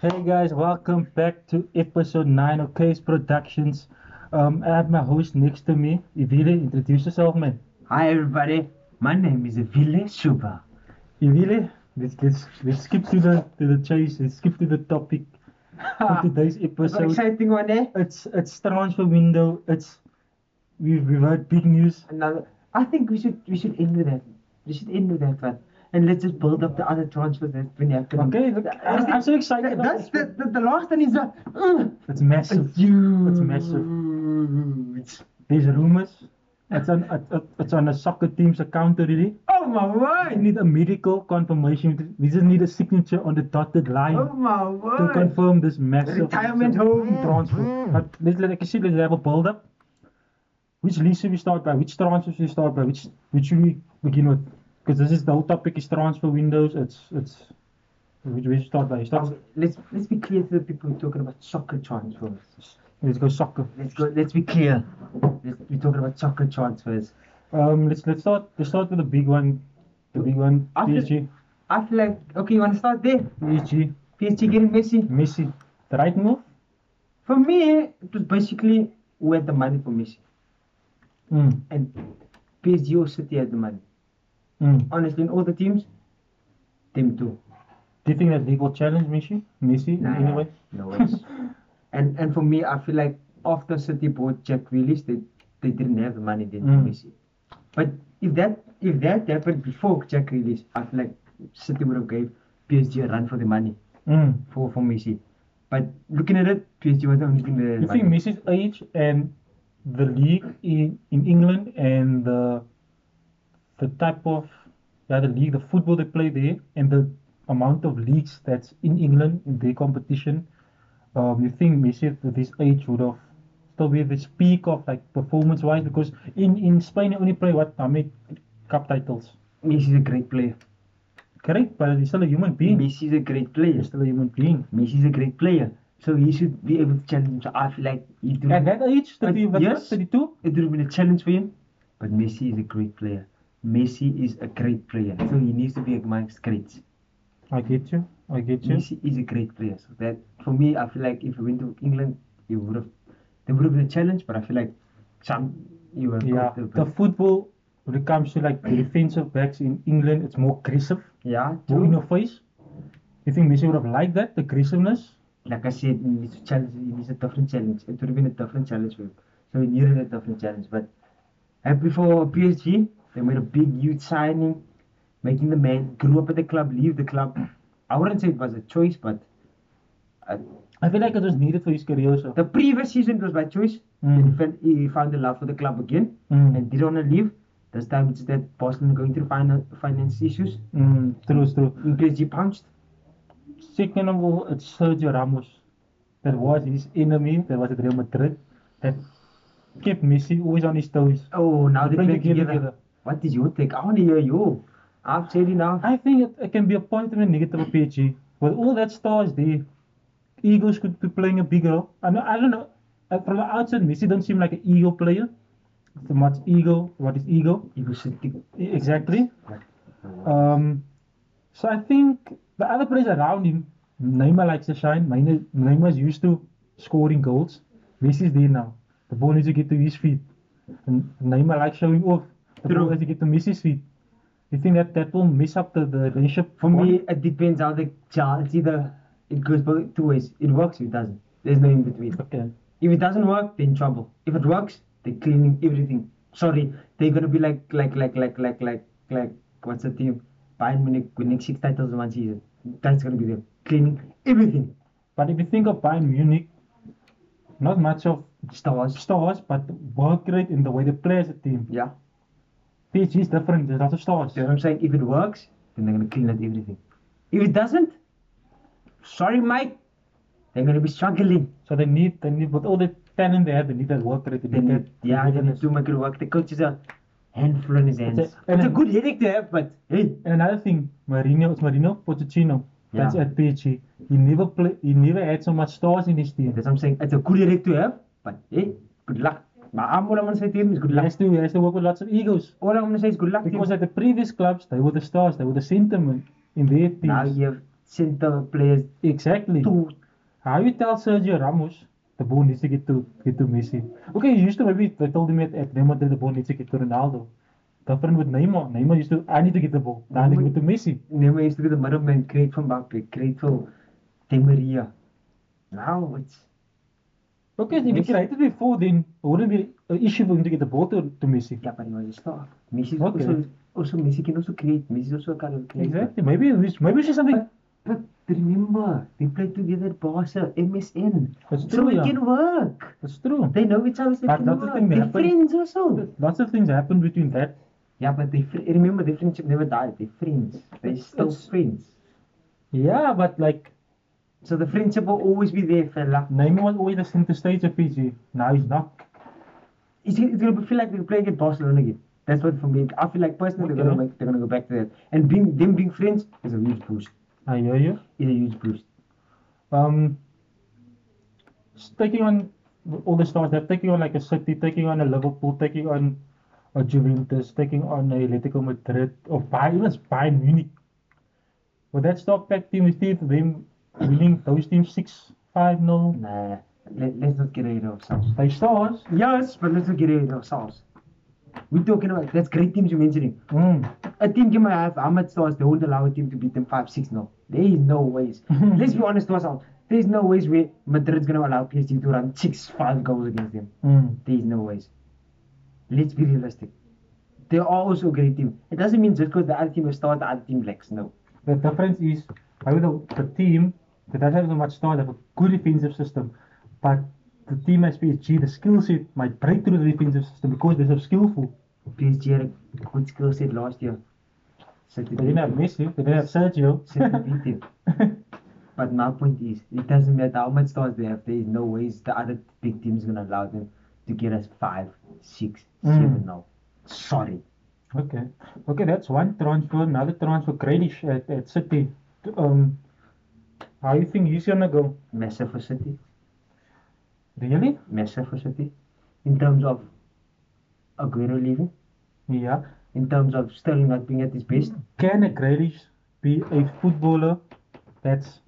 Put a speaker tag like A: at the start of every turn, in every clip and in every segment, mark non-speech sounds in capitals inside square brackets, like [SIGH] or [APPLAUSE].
A: Hey guys, welcome back to episode 9 of Case Productions. Um, I have my host next to me. Ivile, introduce yourself, man.
B: Hi everybody, my name is Ville Suba.
A: Ivile, let's, let's, let's skip to the, to the chase, let's skip to the topic
B: Ah,
A: of
B: [LAUGHS]
A: today's
B: Got
A: episode.
B: exciting one eh?
A: It's it's transfer window, it's we've, we've heard big news.
B: Another. I think we should we should end with that. We should end with that one, and let's just build up the other transfers that's been happening.
A: Okay, look,
B: I
A: I'm, I'm so excited.
B: That,
A: about
B: that's
A: this
B: the, the, the last one is a. Uh,
A: one. It's massive.
B: it's huge.
A: It's massive. There's rumors. It's on it- it- it's on a soccer team's account already.
B: Oh my
A: I
B: word!
A: need a medical confirmation. We just need a signature on the dotted line.
B: Oh my
A: to
B: word!
A: confirm this massive
B: Retirement
A: massive
B: home. Hmm.
A: transfer. But let's like I said, let's have a build up. Which league should we start by? Which transfer should we start by? Which which should we begin with? Because this is the whole topic is transfer windows. It's it's which we start by. Start,
B: Okay, Oh, Let's let's be clear to the people who are talking about soccer transfers.
A: let's go soccer.
B: Let's go. Let's be clear. Let's, we're talking about soccer transfers.
A: Um, let's let's start let's start with the big one, the big one.
B: After-
A: PSG,
B: I feel like okay. You want to start there?
A: PSG,
B: PSG getting Messi.
A: Messi. The right move.
B: For me, it was basically we had the money for Messi,
A: Mm,
B: and PSG or City had the money.
A: mm.
B: Honestly, in all the teams, them too.
A: Do you think that league will challenge Messi? Messi
B: Nah,
A: anyway.
B: no worries. and and for me, I feel like after City bought Jack Grealish, they they didn't have the money they
A: Mm.
B: mm. Messi. But if that if that happened before Jack Grealish, I feel like City would have gave PSG a run for the money.
A: [LAUGHS] Mm.
B: for, for Messi. But looking at it, PSG was the only team that
A: You think Messi's age and the league in, in England and the the type of yeah, the league, the football they play there, and the amount of leagues that's in England in their competition, um, you think Messi at this age would have still be at this peak of like performance wise? Because in, in Spain they only play what how many cup titles?
B: Messi is a great player?
A: Correct, but he's still a human being.
B: Messi is a great player.
A: He's still a human being.
B: Messi is a great player. So he should be able to challenge himself. I feel like he did.
A: At that age,
B: Mm-hmm.
A: 30, what,
B: But yes.
A: 32?
B: It would have been a challenge for him. But Messi is a great player. Messi is a great player. So he needs to be amongst greats.
A: I get you. I get you.
B: Messi is a great player. So that for me, I feel like if he went to England, he would have. There would have been a challenge, but I feel like some. You were
A: Yeah, the football when it comes to like the defensive backs in England, it's more aggressive,
B: yeah.
A: more in
B: True.
A: your face. You think Messi would have liked that, the aggressiveness?
B: like I said, he needs to challenge. He needs a different challenge. It would have been a different challenge for him. So he needed a different challenge. But happy for PSG. They made a big, huge signing, making the man grew up at the club, leave the club. I wouldn't say it was a choice, but uh,
A: I feel like it was needed for his career. So.
B: the previous season it was by choice. Then he,
A: Mm.
B: felt, he found the love for the club again
A: Mm.
B: and didn't want to leave. This time it's that Barcelona going through finan- finance issues.
A: Mm, true, true.
B: And PSG pounced.
A: Second of all, it's Sergio Ramos. That was his enemy, that was at Real Madrid, that kept Messi always on his toes.
B: Oh, now they
A: Playing
B: play
A: together,
B: together.
A: together.
B: What did you think? I want to hear you. I've said enough.
A: I think it, it can be a positive and negative of PSG. With all that stars there, Eagles could be playing a big role. I, know, I don't know. Uh, From the outside, Messi don't seem like an ego player. So much ego. What is ego?
B: egocentric.
A: E- Exactly. Um, so I think the other players around him, Neymar likes to shine. Neymar- Neymar's used to scoring goals. Messi's there now. The ball needs to get to his feet. And Neymar likes showing off. The
B: True.
A: ball has to get to Messi's feet. You think that that will mess up the, the relationship
B: For me, it depends how the child. It's either it goes both two ways. It works, or it doesn't. There's no in between.
A: Okay.
B: If it doesn't work, they're in trouble. If it works, they're cleaning everything. Sorry, they're gonna be like like like like like like like what's the team? Bayern Munich winning six titles in one season. That's gonna be them cleaning everything.
A: But if you think of Bayern Munich, not much of
B: Stars.
A: stars, but the work rate in the way they play as a team.
B: Yeah.
A: PSG is different. There's lots of stars.
B: You know what I'm saying? If it works, then they're gonna clean out everything. If it doesn't, sorry, Mike, they're gonna be struggling.
A: So they need, they need with all the talent they have, they need that work rate. They
B: They
A: need
B: need,
A: that.
B: yeah, they need
A: willingness.
B: to make it work. The coach is a handful on his hands. It's
A: It's
B: a,
A: a- and-
B: good headache to have, but hey,
A: And another thing, Marino, it's Marino Pochettino. That's
B: Yeah.
A: at PSG. He never play, He never had so much stars in his team.
B: that's what I'm saying. It's a good headache to have, but hey, good luck. But I'm, all I'm gonna say to him is good
A: He
B: luck.
A: has to, he has to work with lots of egos.
B: All I'm gonna say is good luck. to him.
A: Because at the previous clubs, they were the stars. They were the sentiment in their teams.
B: now you have centre players
A: Exactly.
B: to
A: How you tell Sergio Ramos the ball needs to get to get to Messi? Okay, you used to maybe they told him at, at Neymar that the ball needs to get to Ronaldo. Different with Neymar. Neymar used to I need to get the ball. Now I need to get to Messi.
B: Neymar used to be the middle man, great for Mbappe, great for Di Maria. Now it's
A: Okay, if he
B: Messi-
A: created before, then it wouldn't be an issue for him to get the ball to, to Messi.
B: yeah, but he was a star. Messi
A: Okay.
B: also also Messi can also create. Messi is also a kind of creator.
A: Exactly. Maybe it was- maybe it's just something.
B: But, but remember, they played together at Barca, MSN.
A: That's
B: so
A: true,
B: it
A: yeah.
B: can work.
A: It's true.
B: They know each other. so it
A: But
B: can
A: that's the
B: work.
A: thing, they
B: They're
A: happen-
B: friends also.
A: Lots of things happened between that.
B: Yeah, but they fr- remember their friendship never died. They're friends. They're
A: It's-
B: still
A: it's-
B: friends.
A: Yeah, but like
B: So the friendship will always be there, fella.
A: Neymar was always the center stage of PG. Now he's not.
B: It's, it's gonna be- feel like they're playing at Barcelona again. That's what for me. I feel like personally they're gonna
A: Okay.
B: make, they're gonna go back to that. And being them being friends is a huge boost.
A: I hear you.
B: Is a huge boost.
A: Um, s- taking on all the stars, they're taking on like a City, taking on a Liverpool, taking on a Juventus, taking on a Atletico Madrid, or Bayern, even Bayern Munich. But that stock pack team is still them winning those teams 6 5 0.
B: Nah, let, let's not get ahead of ourselves.
A: They stars.
B: Yes, but let's not get ahead of ourselves. We're talking about that's great teams you're mentioning.
A: Mm.
B: A team can have how much stars they won't allow a team to beat them five six no. There is no ways. let's be honest to ourselves. There's no ways where Madrid's gonna allow PSG to run six five goals against them.
A: Mm.
B: There's no ways. Let's be realistic. They are also a great team. It doesn't mean just because the other team has started, the other team lacks. No.
A: The difference is, I mean, the, the team that doesn't have so much stars have a good defensive system, but the team as PSG, the skill set might break through the defensive system because they're so skillful.
B: PSG had a good skill set last year. City
A: They didn't
B: beat
A: have
B: them.
A: Messi, they didn't have
B: [LAUGHS]
A: Sergio.
B: City beat them. But my point is, it doesn't matter how much stars they have. There is no ways the other big team's gonna allow them to get us five, six,
A: Mm.
B: seven. No. Sorry.
A: [LAUGHS] okay, okay, that's one transfer. Another transfer, Grealish at, at City. Um, how you think he's gonna go?
B: Massive for City.
A: Really?
B: Massive for City. In terms of Aguero leaving.
A: Yeah.
B: In terms of Sterling not being at his best.
A: Can a Grealish be a footballer that's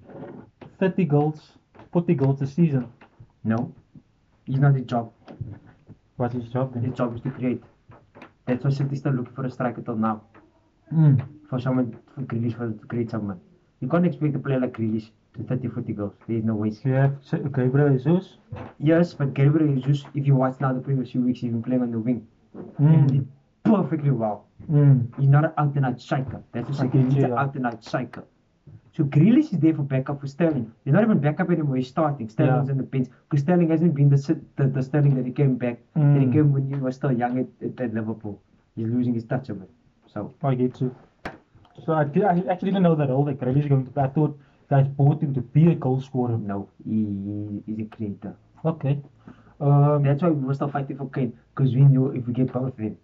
A: 30 goals, 40 goals a season?
B: No. He's not his job.
A: What's his job then?
B: His job is to create. That's why City still looking for a striker till now.
A: Mm.
B: For someone, for Grealish, for, to create someone. You can't expect a player like Grealish to 30, 40 goals. There is no way.
A: You have Se- Gabriel Jesus.
B: Yes, but Gabriel Jesus, if you watch now the previous few weeks, he's been playing on the wing. And he
A: Mm.
B: did perfectly well.
A: Mm.
B: He's not an out and out striker. That's the
A: I
B: second.
A: get
B: He's
A: you,
B: an
A: yeah.
B: out and out striker. So Grealish is there for backup for Sterling. He's not even backup anymore. He's starting. Sterling's
A: Yeah.
B: on the bench because Sterling hasn't been the, sit- the the Sterling that he came back. That he
A: Mm.
B: came when he was still young at, at, at Liverpool. He's losing his touch a bit. So
A: I get you. So I, did, I actually didn't know that all that Grealish is going to be. I thought guys bought him to be a goal scorer.
B: no, he is a creator.
A: Okay. Um,
B: That's why we were still fighting for Kane because we knew if we get both of them,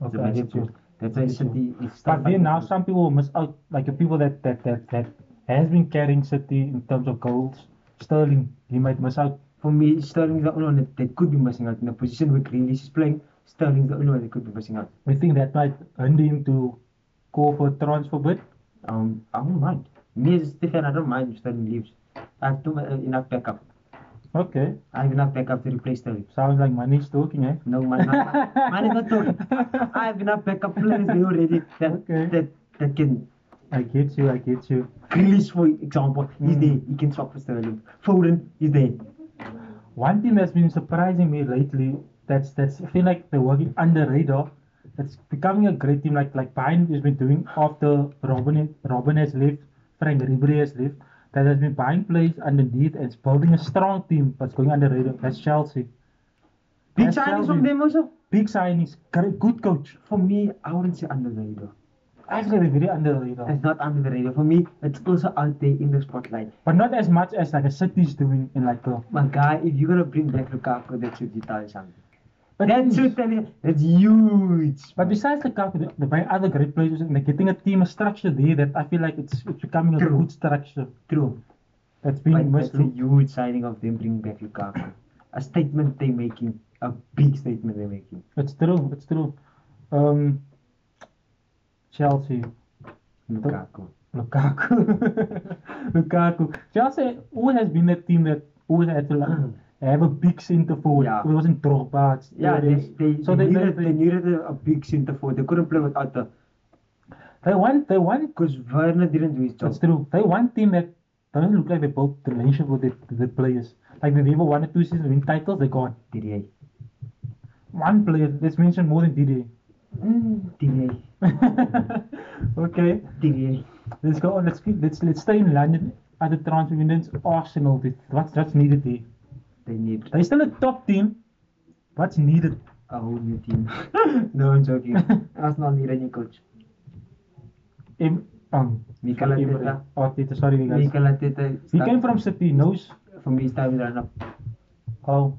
B: it's a
A: okay, I
B: massive
A: get you.
B: boost. That's why
A: Get
B: City is
A: But
B: still
A: then
B: fighting
A: now
B: for-
A: some people miss out, like the people that that that that has been carrying City in terms of goals. Sterling, he might miss out.
B: For me, Sterling's the only one that, that could be missing out in a position where Grealish is playing. Sterling's the only one that could be missing out.
A: We think that might hinder him to go for a transfer bid.
B: Um, I don't mind. Me as Stefan, I don't mind if Sterling leaves. I have too much, enough backup.
A: Okay,
B: I have enough backup to replace Sterling.
A: sounds like money's talking, eh?
B: No, man, not, man is not talking. I have enough backup players there already that,
A: Okay.
B: that, that can.
A: I get you, I get you.
B: Grealish, for example, he's
A: Mm.
B: there. He can swap for Sterling. Foden, he's there.
A: One thing that's been surprising me lately, that's that's I feel like they're working under radar. That's becoming a great team, like like Bayern has been doing after Robin Robin has left, Frank Ribery has left. That has been buying players underneath and it's building a strong team, but it's going under radar. That's Chelsea.
B: Big
A: That's
B: signings from
A: Sterling.
B: them also.
A: Big signings, great, good coach.
B: For me, I wouldn't say under the radar.
A: Actually, they're very under radar,
B: It's not under the radar. For me, it's also out there in the spotlight.
A: but not as much as like a City's doing in like a.
B: My guy, if you're gonna bring back Lukaku, that should be telling something.
A: But
B: that should tell you that's huge.
A: But besides Lukaku, the, the buy other great players and they're getting a team a structure there that I feel like it's it's becoming a
B: True.
A: good structure
B: true,
A: that's being
B: but that's a
A: missed.
B: huge signing of them bringing back Lukaku. A statement they're making, a big statement they're making.
A: It's true. It's true. Um, Chelsea.
B: Lukaku.
A: Lukaku. [LAUGHS] Lukaku. Chelsea always has been that team that always had to like, have a big centre forward.
B: Mm. Yeah.
A: It wasn't Drogba. it's
B: Yeah, they,
A: Telles.
B: they,
A: so
B: they,
A: they, they,
B: needed, they,
A: they,
B: needed a, a big centre forward. They couldn't play without the
A: they want they want
B: because Werner didn't do his job.
A: That's true. They one team that doesn't look like they built relationship with their, their players. Like they never won or two seasons win titles, they gone.
B: DDA.
A: One player, let's mention more than DDA.
B: DDA.
A: [LAUGHS] okay,
B: DDA.
A: let's go on. Let's keep, let's let's stay in London. Other transfer windows, Arsenal. This- What's that's needed there?
B: They need
A: They're still a top team. What's needed?
B: a whole new team. [LAUGHS] no,
A: [LAUGHS]
B: I'm joking. Arsenal need a new coach.
A: Em, um,
B: Mikel
A: sorry, Em-
B: Arteta.
A: Arteta, sorry guys.
B: Mikel Arteta.
A: He
B: start-
A: came from City, knows
B: For me, it's time to run up.
A: how.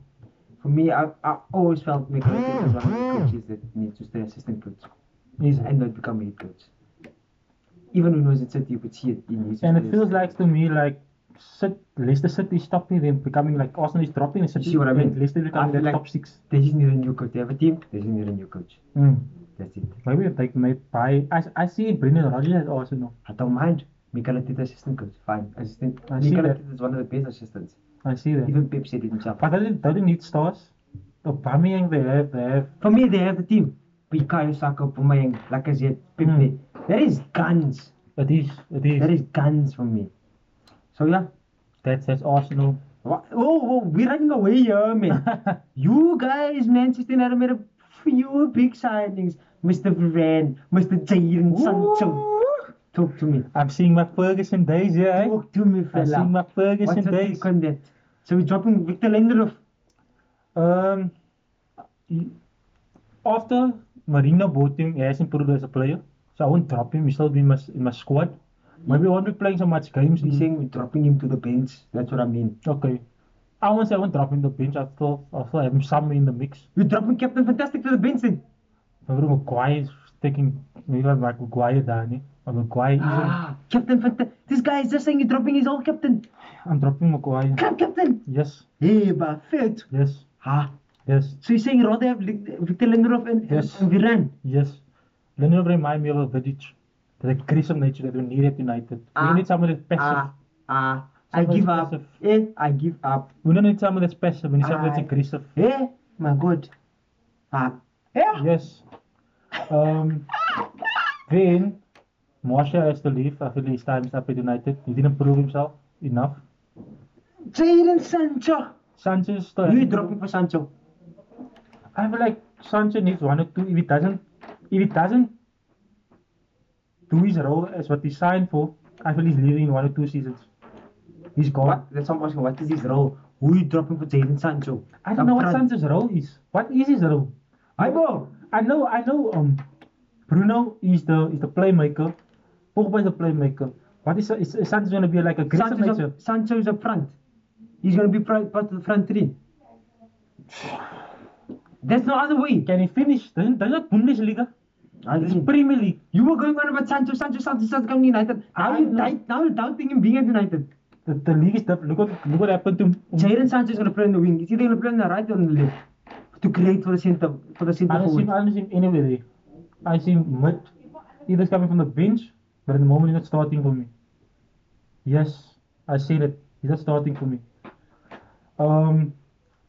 B: For me, I, I always felt Mikel Arteta is one of
A: Mm.
B: the coaches that needs to stay assistant coach
A: He's,
B: and not become head coach. Even when he was at City, you could see it. He needs to
A: and
B: stay
A: it feels
B: assistant.
A: like to me like Cit- Leicester City is topping them, becoming like Arsenal is dropping and City
B: see what I mean?
A: and Leicester
B: I
A: becoming
B: feel
A: the
B: like-
A: top six.
B: they just need a new coach. They have a team. They just need a new coach.
A: Mm.
B: That's it.
A: Maybe if they might buy. I, I see Brendan Rodgers at Arsenal.
B: I don't mind. Mikel Arteta assistant coach. Fine. Assistant.
A: I see
B: Mikel
A: that.
B: Arteta is one of the best assistants.
A: I see that.
B: Even Pep said it himself.
A: But they don't, they don't need stars. Aubameyang they have they have.
B: For me, they have the team. Bukayo Saka, Pumayang, Lacazette,
A: Mm.
B: Pepe. That is guns.
A: It is it is.
B: That is guns for me. So yeah.
A: That's that's Arsenal. [LAUGHS]
B: Wha- Oh, oh, we're running away here, man. you guys, Manchester United made a few big signings. Mr. Varane, Mr. Jadon Sancho.
A: Ooh.
B: Talk to me.
A: I'm seeing my Ferguson days, yeah. eh?
B: Talk to me,
A: I'm seeing
B: fella.
A: my Ferguson
B: What's your
A: days.
B: take on that? So we're dropping Victor Lindelof.
A: Um, he- after Marino bought him, he has improved as a player. So I won't drop him. He's still be in my, in my squad. Maybe I won't be playing so much games.
B: He's saying we're dropping him to the bench. That's what I mean.
A: Okay. I won't say I won't drop him the bench. I still, I still have him somewhere in the mix.
B: We're dropping Captain Fantastic to the bench then.
A: Maybe Maguire's taking, maybe I'm like Maguire down. eh? Or Maguire isn't.
B: Ah, Captain Fantastic. This guy is just saying he's dropping his old captain.
A: I'm dropping Maguire.
B: Come, Captain.
A: Yes,
B: Hey, but fit.
A: yes,
B: Ah,
A: yes,
B: so he's saying he'd rather have Lic- Victor Lindelof and,
A: Yes.
B: and Viran.
A: yes. Lennon remind me of a vintage. The aggressive nature that we need at United.
B: Ah,
A: we need someone that's passive.
B: Ah, ah. I
A: Someone
B: give up.
A: passive.
B: Eh, I give up.
A: We don't need someone that's passive. We need someone that's
B: Aye.
A: aggressive.
B: Eh, my God. Ah. Yeah.
A: Yes. Um, then Marshall has to leave. I feel his time is up at United. He didn't prove himself enough.
B: Jadon Sancho.
A: Sanchez still
B: You
A: hasn't
B: dropping for Sancho.
A: proved- I feel like Sanchez needs one or two. If he doesn't, if he doesn't do his role as what he signed for, I feel he's leaving in one or two seasons. He's gone.
B: What? That's what I'm asking. What is his role? Who you dropping for Jadon Sancho?
A: I don't know what
B: Sancho.
A: Sanchez's role is. What is his role?
B: I go.
A: I know, I know. Um, Bruno is the is the playmaker. Pogba is the playmaker. What is is, is Sanchez gonna be like a great
B: Sancho's
A: manager?
B: up, Sancho's up front. He's going to be pri- part of the front three. There's no other way.
A: Can he finish? Doesn't does not Bundesliga?
B: I
A: It's
B: mean,
A: Premier League.
B: you were going on about Sancho, Sancho, Sancho, Sancho coming United. Now
A: I
B: you
A: know.
B: doubt, now you doubting him being at United.
A: The, the league is tough. Look what look what happened to.
B: Jadon Sancho is going to play on the wing. He's either going to play on the right or on the left to create for the center for the
A: I
B: center
A: don't see him.
B: forward.
A: I don't see him anywhere there. I see him mid. Either he's coming from the bench, but at the moment he's not starting for me. Yes, I see that he's not starting for me. Um,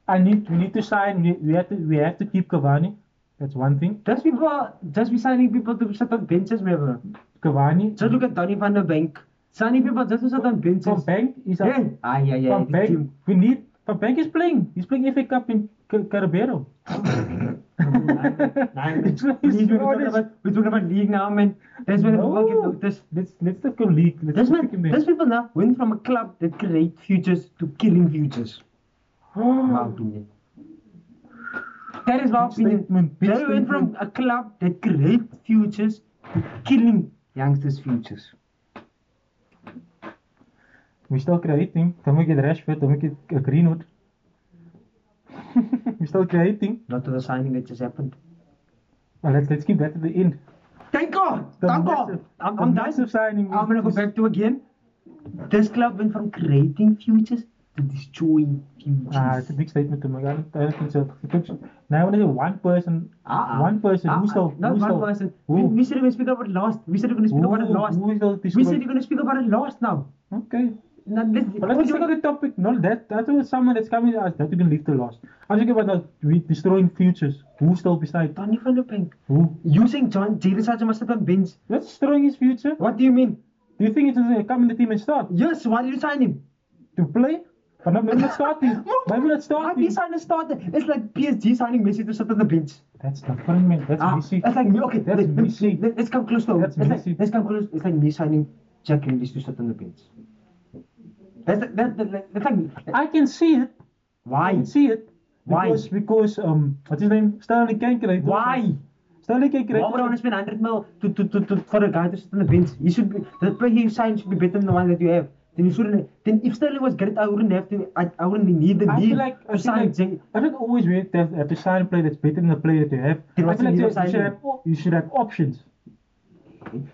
A: I need we need to sign. We, we have to we have to keep Cavani. That's one thing.
B: Just people, just be signing people to sit on benches, remember?
A: Cavani.
B: Just look at Donny van der Bank. Signing people just to sit on benches.
A: Van Bank is a,
B: Yeah. Ah, yeah, yeah.
A: Van
B: the
A: Bank. [LAUGHS]
B: team.
A: We need Van Bank is playing. He's playing FA Cup in Car-
B: [LAUGHS]
A: Carabero.
B: Please,
A: [LAUGHS]
B: [LAUGHS]
A: It's like-
B: we're talking about we're talking about league now, man. That's when people get
A: No.
B: noticed.
A: Let's let's not go league. Let's
B: That's
A: not
B: when that's people now went from a club that create futures to killing futures.
A: Ah.
B: My opinion. That is my
A: Big
B: opinion.
A: statement, big
B: They went from a club that create futures to killing youngsters' futures.
A: We still creating. Then we get Rashford. Then we get uh, [LAUGHS] Greenwood. we still creating.
B: Not to the signing that just happened.
A: Well, let's let's keep that at the end.
B: Thank God.
A: The
B: Thank God. Ah,
A: massive-
B: I'm,
A: the
B: I'm
A: massive
B: done.
A: signing.
B: I'm gonna go
A: is-
B: back to again. This club went from creating futures to destroy refugees.
A: Ah, it's a big statement to make. I don't, I don't think so. It took, now, when I say Nou one person,
B: Ah, ah.
A: one person,
B: Ah,
A: who's
B: ah.
A: the,
B: Not
A: who's
B: one
A: the,
B: person.
A: who?
B: We, we said we're going to speak about lost. We said we're going to speak
A: who,
B: about it lost.
A: who is the
B: We said
A: discover-
B: we're going to speak about it lost now.
A: Okay.
B: Now, let's,
A: But let's speak on the topic. No, that that was someone that's coming to us that we can leave the lost. I'm talking about that we destroying futures. Who's still beside?
B: Donny van der Beek.
A: Who?
B: You saying John Jalen Sargent must have done bench.
A: That's destroying his future.
B: What do you mean?
A: Do you think it's just come in the team and start
B: Yes, why did you sign him?
A: to play? But not, maybe not [LAUGHS] starting. maybe not
B: Why did
A: starting.
B: you sign a starter? It's like PSG signing Messi to sit on the bench.
A: That's different, man. That's
B: Ah,
A: messy.
B: It's like me. Okay,
A: That's
B: let, let,
A: Messi.
B: let, let's come close to
A: That's
B: it's like,
A: Messi.
B: Let's come close. It's like me signing Jack Grealish to sit on the bench. That's that, that, that, that's like
A: I can see it. I
B: why?
A: can see it.
B: Why?
A: Because because um what's his name Sterling can create. also.
B: Why?
A: Sterling can create.
B: Why would
A: also.
B: I want to spend 100 mil to, to, to, to, for a guy to sit on the bench? You should be, the player you sign should be better than the one that you have. Then you shouldn't. Then if Sterling was great, I wouldn't have to. I, I wouldn't need the
A: I
B: need
A: feel like I
B: to
A: feel
B: sign.
A: like
B: Jay-
A: I don't always really have, have to sign a player that's better than the player that you have.
B: Then
A: I
B: what's
A: feel like
B: the need
A: you,
B: of
A: you should
B: signing?
A: have op- you should have options.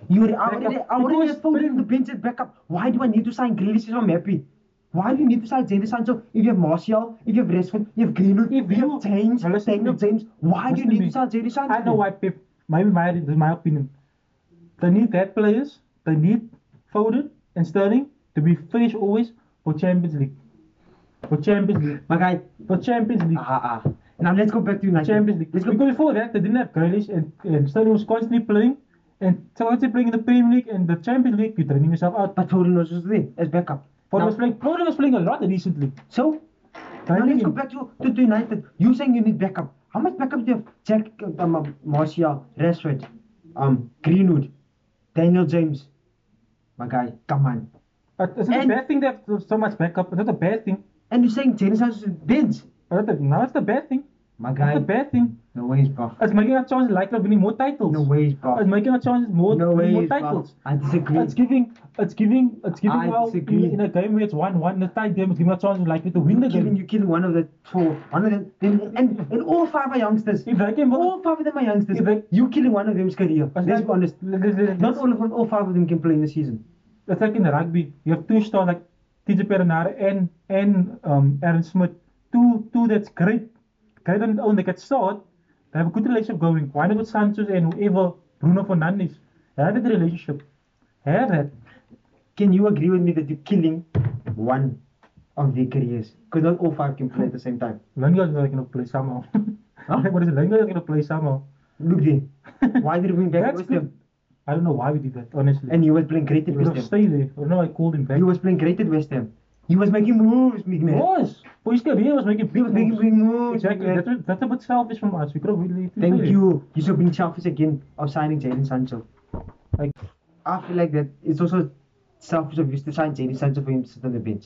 B: You already, I already,
A: Backup.
B: I already
A: Because
B: have Foden in the
A: Foden-
B: bench as backup. Why do I need to sign Grealish if I'm happy? Why do you need to sign Jadon Sancho if you have Martial, if you have Rashford, you have Greenwood,
A: If
B: if you
A: you-
B: have James,
A: Now listen to
B: Daniel
A: me.
B: James? Why do
A: Listen
B: you
A: to
B: need
A: me.
B: to sign Jadon Sancho?
A: I know why Pep. Maybe my this is my opinion. They need that players. They need Foden and Sterling to be fresh always for Champions League. For Champions League.
B: My guy,
A: For Champions League.
B: ah, ah. Now let's go back to United.
A: Champions League.
B: Let's go.
A: Because before that, they didn't have Grealish and, and Sterling was constantly playing. And constantly playing in the Premier League and the Champions League, you're draining yourself out.
B: But Foden was just there as backup.
A: Foden
B: Now-
A: was playing. Foden was playing a lot recently.
B: So, now
A: Draining
B: let's go
A: him.
B: back to, to, to United. You saying you need backup. How much backup do you have? Jack, um, um, Martial, Rashford, um, Greenwood, Daniel James. My guy, come on.
A: But it's not
B: And-
A: a bad thing that there's so much backup. It's not a bad thing.
B: And you're saying Jadon Sancho bench.
A: But that- now it's the bad thing.
B: My
A: It's
B: guy,
A: the bad thing.
B: no ways, bro.
A: It's making our chances likely of winning more titles.
B: No ways, bro.
A: It's making our chances more,
B: no ways,
A: more
B: bro.
A: titles.
B: I disagree.
A: It's giving, it's giving, it's giving
B: I
A: out in,
B: disagree.
A: in a game where it's one-one, in a tight game, it's giving our chances likely to win the
B: You're killing,
A: game.
B: you're killing one of the four. One of them. them- and, and all five are youngsters.
A: If they can,
B: All five of them are youngsters.
A: If they-
B: you killing one of them's career.
A: it's
B: Let's
A: like-
B: be honest.
A: let- let- let-
B: Not all of them, all five of them can play in the season.
A: It's like in the rugby, you have two stars like TJ Perenara and and um, Aaron Smith. Two two that's great, great on their own. They get starred. They have a good relationship going. Why not with Sanchez and whoever Bruno Fernandes? Have that relationship. Have that.
B: Can you agree with me that you're killing one of their careers? Because not all five can play at the same time.
A: Lingard's not gonna play somehow. [LAUGHS]
B: Huh?
A: what is it? Lingard's gonna play somehow.
B: Look there. Why did we bring back
A: That's good.
B: Westham?
A: I don't know why we did that, honestly.
B: And he was playing great at
A: he would have
B: West Ham.
A: stayed there. I don't know. why I called him back.
B: He was playing great at West Ham. He was making moves, big
A: He
B: man.
A: was. For his career, he was making
B: He
A: big
B: was making
A: moves.
B: big moves.
A: Exactly.
B: big man.
A: That's, a- that's a bit selfish from us. We could have really.
B: Thank you. You should be selfish again of signing Jadon Sancho. Like, I feel like that it's also selfish of you to sign Jadon Sancho for him to sit on the bench.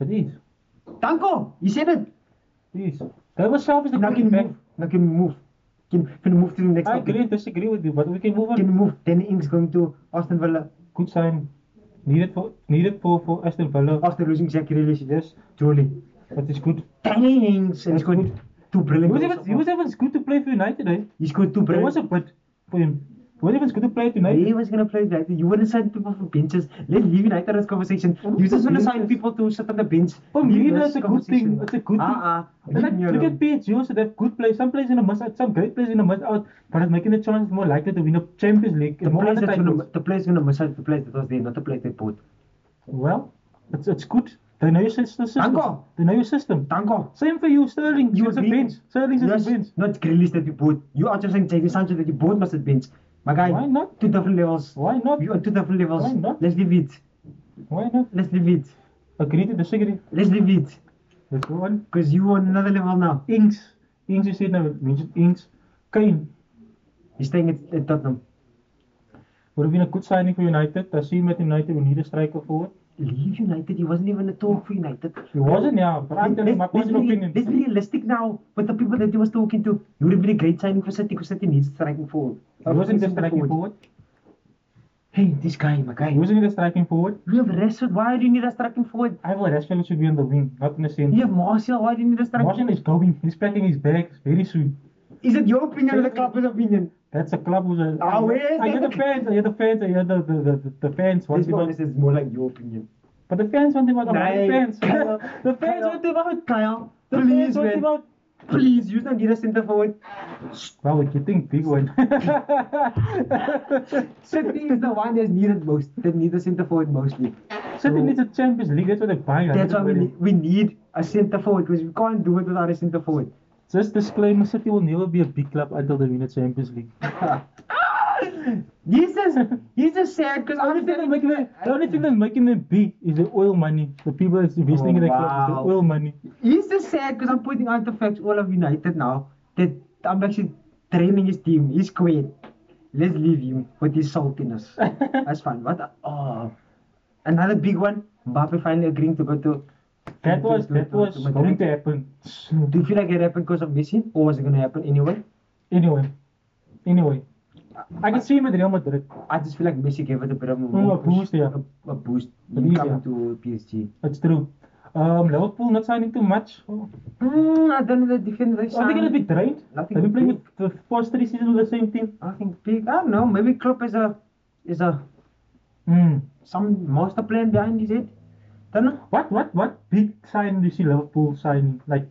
A: It is.
B: Danko, you said it.
A: Please. That was selfish.
B: Now
A: Now
B: can you move? Now can we move? Can, can we move to the next
A: I
B: topic?
A: agree and disagree with you, but we can move on.
B: Can we move? Danny Ings going to Aston Villa
A: Good sign. Needed for needed for for Aston Villa.
B: after losing Jack Grealish.
A: Yes,
B: Truly.
A: but it's good.
B: Danny Ings and he scored
A: Good.
B: two
A: It
B: brilliant
A: was even
B: goals. so
A: it was
B: far.
A: even good to play for United. Eh?
B: He scored two
A: There was
B: brilliant
A: a bit for him. It was even good to play at United.
B: He was gonna play like that. You wouldn't sign people for benches. Let's leave United this conversation.
A: Oh,
B: You just wanna sign people to sit on the bench.
A: For me,
B: Leave
A: Oh, that's
B: this
A: a good thing.
B: conversation.
A: It's a good thing.
B: Ah, ah.
A: And
B: Leave
A: like,
B: me
A: look
B: alone.
A: at PSG also, they have good players. Some players in a must out, some great players in a must out, but it's making the chance more likely to win a Champions League
B: The
A: and more
B: players,
A: other
B: that's gonna,
A: titles.
B: the players gonna massage the players that was there, not the players they bought.
A: Well, it's, it's good. They know your sys- the system.
B: Danko.
A: They know your system.
B: Danko,
A: Same for you, Sterling. You was a
B: agree?
A: bench. Sterling's on
B: Yes,
A: the bench.
B: Not Grealish that you bought. You are just saying Jadon Sancho that you bought must have bench. My guy,
A: Why not?
B: two different levels.
A: Why not?
B: You are two different levels.
A: Why not?
B: Let's leave it.
A: Why not?
B: Let's leave it.
A: Agree to disagree.
B: Let's leave it.
A: Let's go on.
B: Because you on another level now.
A: Inks. Inks, you said now, mentioned Inks. Kane
B: You're staying at, at Tottenham.
A: would have been a good signing for United. I see him at United. We need a striker forward.
B: Leave United. He wasn't even a talk for United.
A: He wasn't, yeah, but I'm telling my
B: let's,
A: personal
B: be,
A: opinion.
B: let's be realistic now with the people that he was talking to. You would have been a great signing for City because City needs striking forward.
A: He wasn't the striking forward.
B: Hey, this guy, my guy.
A: He wasn't the striking forward.
B: You have Rashford. Why do you need a striking forward?
A: I feel Rashford should be on the wing, not in the
B: You
A: centre.
B: have Martial. Why do you need a striking
A: Washington is going. He's packing his bags very soon.
B: Is it your opinion or the club's opinion?
A: That's a club who's a,
B: Oh,
A: I,
B: yes,
A: I hear
B: that's
A: the
B: a-
A: fans, I hear the fans, I hear the, the, the, the fans. What's it
B: This one is more like your opinion.
A: But the fans want him out.
B: Nee.
A: The fans. The fans want him out.
B: Kyle,
A: The
B: please,
A: fans want him
B: man.
A: out.
B: Please, use Nadira center forward.
A: Wow, we're getting big [LAUGHS] one.
B: Sydney is the one that's needed most. That need a center forward mostly.
A: City needs a Champions League. That's what they're buying.
B: That's why we
A: Really.
B: need, we need a center forward because we can't do it without a center forward.
A: Just disclaimer: City will never be a big club until they win a Champions League.
B: [LAUGHS] He's just, he's just sad because
A: The only thing that's making them, the only thing that's making them big is the oil money. The people that's investing
B: Oh,
A: in the club is
B: wow.
A: the oil money.
B: He's just sad because I'm pointing out the facts all of United now that I'm actually training his team. He's quit. Let's leave him with his saltiness.
A: [LAUGHS]
B: That's fine. What? a- Oh, another big one. Mbappe finally agreeing to go to.
A: That
B: to-
A: was
B: to-
A: that
B: to-
A: was
B: to Madrid.
A: going to happen.
B: Do you feel like it happened because of Messi, or was it gonna happen anyway?
A: Anyway, anyway, I can see him at Real Madrid.
B: I just feel like Messi gave it a bit of a,
A: Mm, a
B: push,
A: boost, yeah.
B: a, a boost.
A: A
B: Him
A: boost,
B: coming
A: yeah.
B: to PSG.
A: That's true. Um, Liverpool not signing too much.
B: Mm, I don't know the defender.
A: Are they gonna be drained?
B: Nothing
A: Have you played
B: big.
A: with the first three seasons with the same team?
B: I think big. I don't know. Maybe Klopp is a is a
A: Hmm.
B: some master plan behind his head. Don't know.
A: What what what big sign do you see Liverpool signing? Like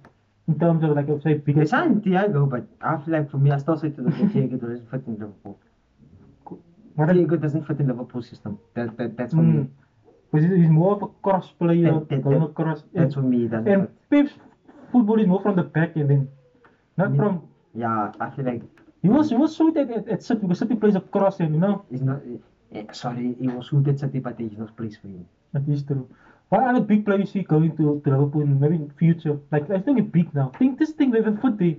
A: in terms of like I would say
B: They
A: biggest
B: signed Thiago, but I feel like for me, I still say to the
A: [LAUGHS]
B: Thiago doesn't fit in Liverpool.
A: What a-
B: Thiago doesn't fit in Liverpool system. That, that that's for me.
A: Mm. Because he's more of a cross player,
B: That- that-
A: going
B: that-
A: across.
B: That's for me. he Doesn't
A: and
B: fit.
A: Pep's football is more from the back and then not
B: Me-
A: from.
B: Yeah, I feel like
A: He was he was so that at, at City because City plays a cross and you know
B: he's not. eh, Sorry, he was suited City, but he's not place for him.
A: that is true. What other big players see going to, to Liverpool in maybe in future? Like I think it's big now. Think this thing with the foot there.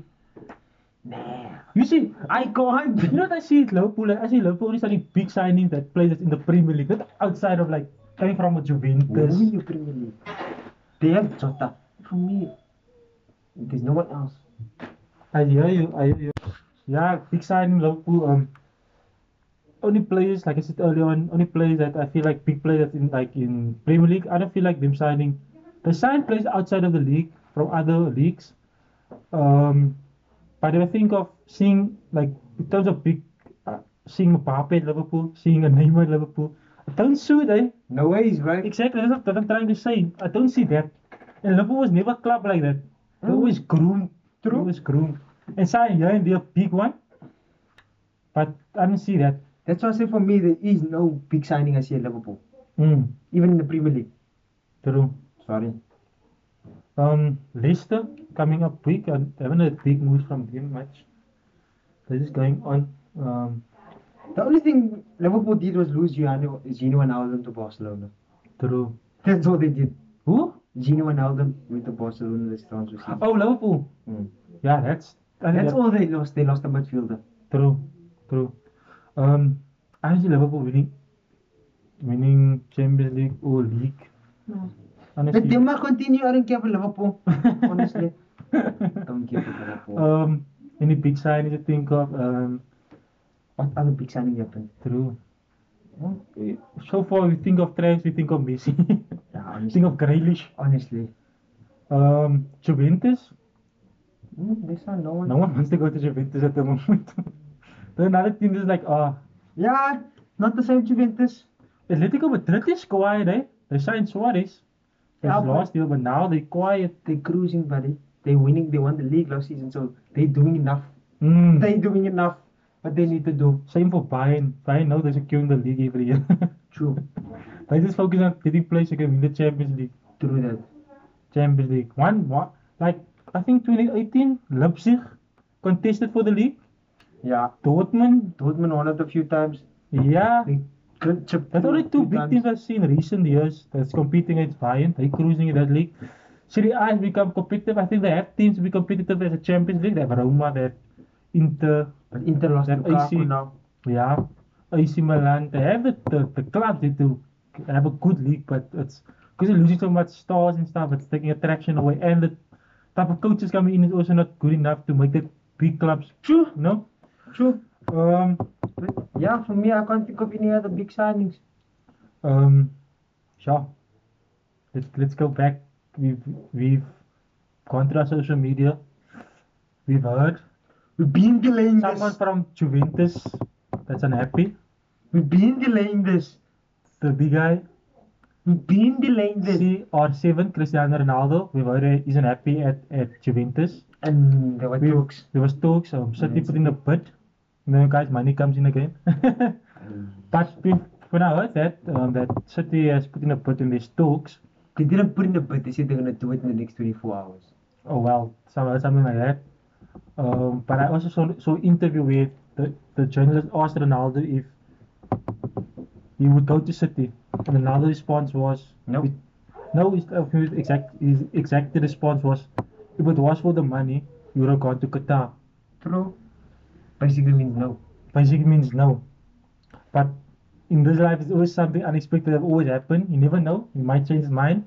B: Nah,
A: You see,
B: I can't.
A: you know what I see at Liverpool. Like, I see Liverpool is only big signing that plays in the Premier League, not outside of like coming from a Juventus.
B: Only you Premier League. They have Jota. For me, there's no one else.
A: I hear you, I hear you. Yeah, big signing Liverpool. Um, only players like I said earlier on, only players that I feel like big players that's in like in Premier League. I don't feel like them signing. They sign players outside of the league from other leagues. Um, but I think of seeing like in terms of big, uh, seeing Mbappe at Liverpool, seeing a Neymar at Liverpool. I don't see that.
B: No way, he's right.
A: Exactly, that's what I'm trying to say. I don't see that. And Liverpool was never a club like that. They always groomed.
B: Mm. True.
A: Always groomed. And sign here and there, big one. But I don't see that.
B: That's why I say for me, there is no big signing I see at Liverpool,
A: Mm,
B: even in the Premier League.
A: true.
B: Sorry.
A: Um, Leicester coming up big. I haven't had big moves from them much. This is going on. Um,
B: The only thing Liverpool did was lose Gino, Gino and Alden to Barcelona.
A: true.
B: That's all they did.
A: Who?
B: Gino and Alden went to Barcelona this transfer season.
A: Oh, Liverpool.
B: Mm.
A: Yeah, that's. I think
B: That's
A: that-
B: all they lost. They lost a midfielder.
A: True, true. Um, I see Liverpool winning, winning Champions League or league.
B: Let
A: Honestly,
B: them continue. I don't care for Liverpool. Honestly. don't care for Liverpool.
A: [LAUGHS] um, any big sign you think of? Um,
B: what other big signing happened?
A: true.
B: Hmm?
A: So far, we think of trends, we think of Messi, [LAUGHS]
B: Yeah,
A: we
B: honestly.
A: think of Grealish,
B: honestly.
A: um, Juventus.
B: Mm, they signed no one.
A: No one wants to go to Juventus at the moment. [LAUGHS] then another team is like, ah,
B: Yeah, not the same Juventus.
A: Atletico Madrid is quiet, eh? They signed Suarez.
B: Yeah,
A: That's
B: but-
A: last year, but now they quiet.
B: They're cruising, buddy. They're winning. They won the league last season, so they're doing enough. [LAUGHS]
A: Mm.
B: They're doing enough. What they need to do.
A: Same for Bayern. Bayern now they're securing the league every year. [LAUGHS]
B: True.
A: they just focus on getting players who can win the Champions League.
B: True that.
A: Champions League. One one like I think 2018 Leipzig contested for the league.
B: Yeah.
A: Dortmund,
B: Dortmund won it a few times.
A: yeah.
B: They could chip
A: That's only two
B: few
A: big
B: times.
A: teams I've seen recent years that's competing against Bayern. They're cruising in that league. Serie A has become competitive. I think they have teams to be competitive as a Champions League. They have Roma, they have Inter,
B: But Inter lost
A: That AC.
B: Lukaku now.
A: Yeah, AC Milan, they have the, the, the club, they do have a good league, but it's because they're losing so much stars and stuff, it's taking attraction away. And the type of coaches coming in is also not good enough to make the big clubs,
B: True.
A: you know?
B: True.
A: Um,
B: But yeah, for me, I can't think of any other big signings.
A: um, sure. Let's, let's go back. We've, we've gone through our social media, we've heard
B: We've been delaying
A: someone
B: this.
A: from Juventus that's unhappy,
B: We've been delaying this.
A: the big guy.
B: We've been delaying this.
A: See, our seven Cristiano Ronaldo, we were isn't happy at, at Juventus.
B: And there were
A: We-
B: talks.
A: There was talks of City
B: Yes.
A: putting the bid. Now, guys, money comes in [LAUGHS] again. but we- when I heard that um, that City has put in a bid in these talks,
B: They didn't put in a bid. They said they're gonna do it in the next 24 hours.
A: oh well, some, something like that. Um, but I also saw saw interview with the, the journalist asked Ronaldo if he would go to City, and Ronaldo's response was
B: No.
A: "It- No, his, uh, his exact his exact response was, if it was for the money, you would have gone to Qatar.
B: True. Basically means no.
A: Basically means no. But in this life, it's always something unexpected that always happen. You never know. He might change his mind.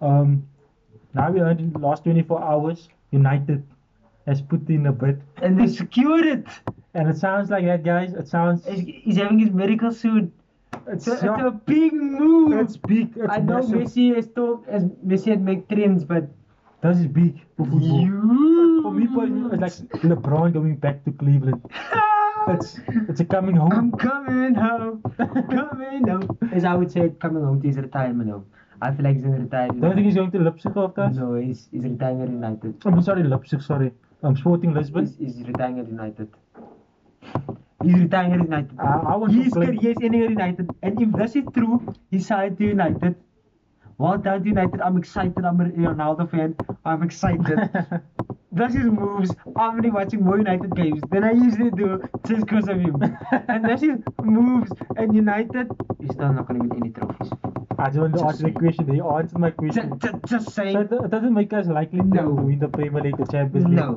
A: Um, now we heard in the last 24 hours, United has put in a bid,
B: And they secured it.
A: and it sounds like that, guys. It sounds
B: He's, he's having his miracle soon.
A: it's
B: It's a, it's
A: yeah,
B: a big move.
A: it's big. It's
B: I know
A: massive.
B: Messi has talked as Messi had made trends, but
A: This is big for football.
B: you
A: For me personally,
B: [LAUGHS]
A: it's like LeBron going back to Cleveland. It's it's a coming home.
B: I'm coming home, coming home. As I would say, coming home to his retirement home. I feel like he's in retirement.
A: Don't you think he's going to Leipzig after us?
B: No, he's, he's retiring at United.
A: I'm sorry, Leipzig, sorry. I'm Sporting Lisbon.
B: He's, he's retiring at United. He's retiring at United.
A: I- I want to
B: His
A: play-
B: career is ending at United. And if this is true, he's signed to United. Well done, United. I'm excited. I'm a Ronaldo fan. I'm
A: [LAUGHS]
B: excited. does his moves. I'm only watching more United games than I usually do just because of
A: [LAUGHS]
B: him. and does his moves and United. He's still not going to win any trophies.
A: I just want to ask the question. They answered my
B: Just,
A: question.
B: just,
A: So
B: saying.
A: it it doesn't make us likely to
B: No.
A: win the Premier League, the Champions League.
B: No.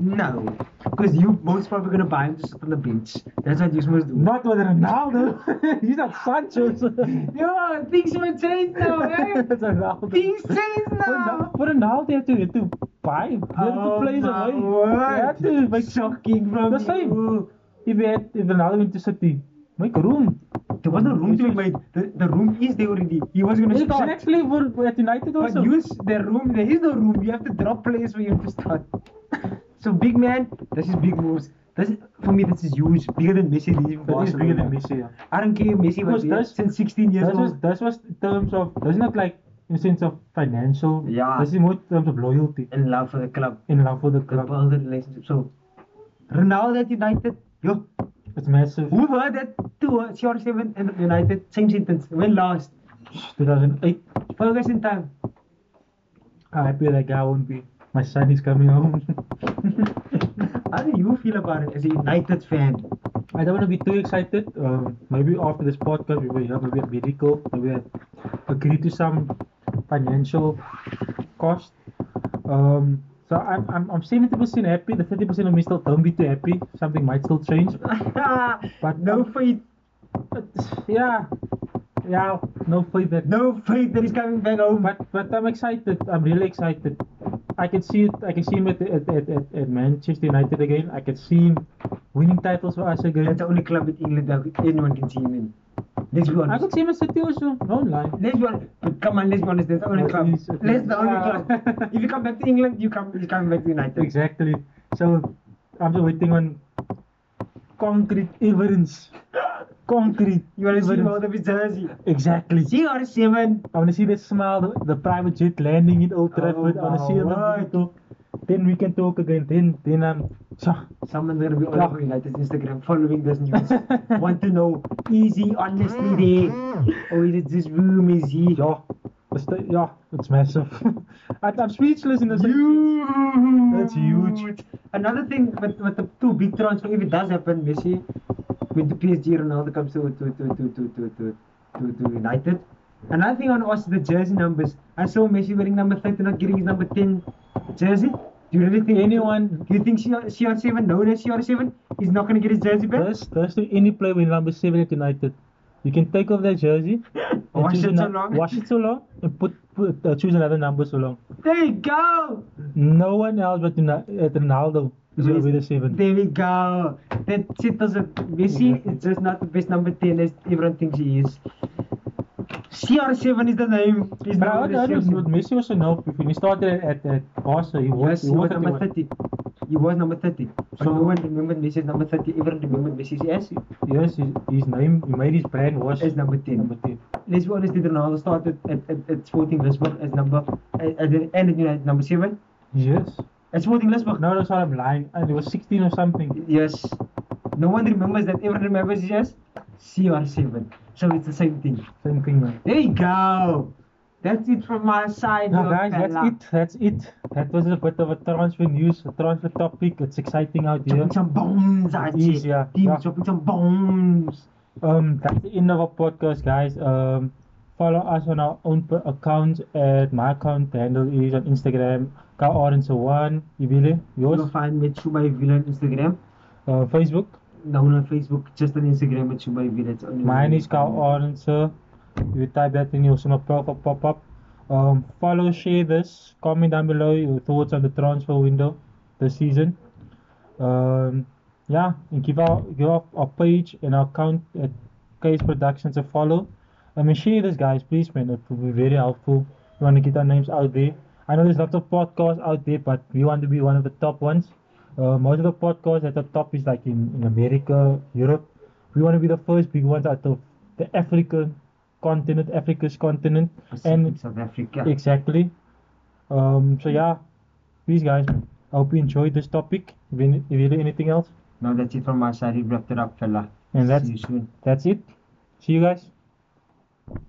B: no. Because you most probably going to buy him to sit on the bench. That's what you're supposed to do.
A: Not with Ronaldo. [LAUGHS] He's not
B: [LAUGHS]
A: Sancho. so-
B: Yo, things will change [LAUGHS] now, eh?
A: It's Ronaldo.
B: things change now. Oh
A: Ronaldo- For Ronaldo, they have to, they have to buy him. They have to play his
B: my
A: away. They
B: word.
A: have to make
B: shocking from
A: The same.
B: you.
A: If, they had, if Ronaldo went to City, make room.
B: There was no room to be made. The, the room is there already. He was going to
A: It's
B: start.
A: actually for, at United
B: But
A: also.
B: use the room. There is no room. You have to drop players for you to start. [LAUGHS] so big man, this is big moves. This is, for me, this is huge. Bigger than Messi leaving
A: That is bigger than
B: Barcelona.
A: Messi. yeah.
B: I don't care. if Messi
A: Because
B: was there
A: that's-
B: since 16 years
A: That was
B: old.
A: that was in terms of that's not like in sense of financial.
B: Yeah.
A: This is more in terms of loyalty
B: And love for the club.
A: in love for the
B: The
A: club.
B: build the relationship. So Ronaldo at United. Yo,
A: It's massive.
B: who heard that? Two, uh, CR7 and United. Same sentence. When last?
A: 2008.
B: Ferguson time.
A: I'm happy that guy won't be. My son is coming home. [LAUGHS]
B: How do you feel about it as a United
A: [LAUGHS]
B: fan?
A: I don't want to be too excited. Um, maybe after this podcast, we will have maybe a miracle. Maybe I agree to some financial cost. Um, so I'm, I'm, I'm 70% happy. The 30% of me still don't be too happy. Something might still change.
B: [LAUGHS] but no faith.
A: But, yeah, yeah, no feedback.
B: No faith that he's coming back home.
A: But but I'm excited. I'm really excited. I can see it. I can see him at at, at, at, at Manchester United again. I can see him winning titles for us again.
B: That's the only club in England that anyone can see him in. Let's be
A: I could
B: honest.
A: see him at City also. No lie.
B: Let's be honest. But come on, let's be honest. That's the only
A: Well,
B: club.
A: he's-
B: That's the only
A: Ah. [LAUGHS]
B: club. If you come back to England, you come. You come back to United.
A: Exactly. So I'm just waiting on concrete [LAUGHS] evidence. Concrete.
B: You want to see
A: evidence.
B: him out of his jersey.
A: Exactly.
B: CR7.
A: I want to see the smile, the, the private jet landing in Old
B: Oh
A: Trafford. I want to
B: my
A: see him.
B: word.
A: on the- Then we can talk again. Then then I'm. So,
B: Someone's gonna be all over United's Instagram following this news.
A: [LAUGHS]
B: Want to know? Is he honestly there, or is it this room? Is he?
A: Ja, it's the, yeah, it's [LAUGHS] massive. I, I'm speechless in the
B: huge.
A: That's huge.
B: Another thing with, with the two big transfer, if it does happen, Messi with the PSG Ronaldo comes to to to to to to to, to, to United. Another thing on us the jersey numbers. I saw Messi wearing number 30, not getting his number 10 jersey. Do you really think
A: Anyone-
B: Do you think CR, CR7 known as CR7 is not going to get his jersey back?
A: There's, there's no any player with number 7 at United. You can take off their
B: [LAUGHS]
A: jersey, and
B: Wash
A: choose
B: it so
A: ano-
B: long.
A: wash it so long, and put, put uh, choose another number so long.
B: There you go.
A: No one else but Una- at Ronaldo is going to be the 7.
B: There we go. That settles it. Messi
A: Exactly.
B: is just not the best number 10 as everyone thinks he is. CR7 is the name. He's
A: but Ah, I
B: not
A: heard, I heard
B: the
A: Messi also know, when he started at, at Barca, he was,
B: Yes,
A: he
B: he was
A: at
B: number
A: the-
B: 30. He was number 30. But
A: So-
B: no one remembered Messi as number 30. Everyone remembered Messi as,
A: Yes, his, his name, he made his brand was
B: as number 10.
A: number 10.
B: Let's be honest, did Ronaldo start at, at, at, at Sporting Lisbon as number, at, at, the- and at United number 7?
A: Yes.
B: At Sporting Lisbon?
A: No, that's what I'm lying. And it was 16 or something.
B: Yes. No one remembers that. Everyone remembers yes. CR7. So it's the same thing.
A: Same thing, man.
B: There you go. That's it from my side.
A: Now,
B: your
A: guys, that's
B: fella.
A: it. That's it. That was a bit of a transfer news, a transfer topic. It's exciting out here.
B: Dropping some bombs, Archie.
A: is, yeah,
B: Team
A: yeah.
B: dropping some bombs.
A: Um, that's the end of our podcast, guys. Um, follow us on our own p- accounts at my account. The handle is on Instagram. Ka Orange One. Ibile, yours.
B: You'll find me at Shumai Villa on Instagram.
A: Uh, Facebook.
B: No, on Facebook, just on Instagram at Shumai Villa. It's only
A: Mine
B: one.
A: is Ka Orange. You type that in, you'll see my profile pop up. Um, follow, share this. Comment down below your thoughts on the transfer window this season. Um, yeah, and give our give our, our page and our account at Case Productions a follow. I mean, share this, guys, please, man. It will be very helpful. We want to get our names out there. I know there's lots of podcasts out there, but we want to be one of the top ones. Uh, most of the podcasts at the top is like in, in America, Europe. We want to be the first big ones out of the African continent, Africa's continent,
B: Pacific,
A: and
B: South Africa.
A: exactly. Um, so yeah, please, guys. I hope you enjoyed this topic. If you if you need anything else,
B: Now that's it from my side. We wrapped it up, fella.
A: And that's-
B: See you soon.
A: that's it. See you guys.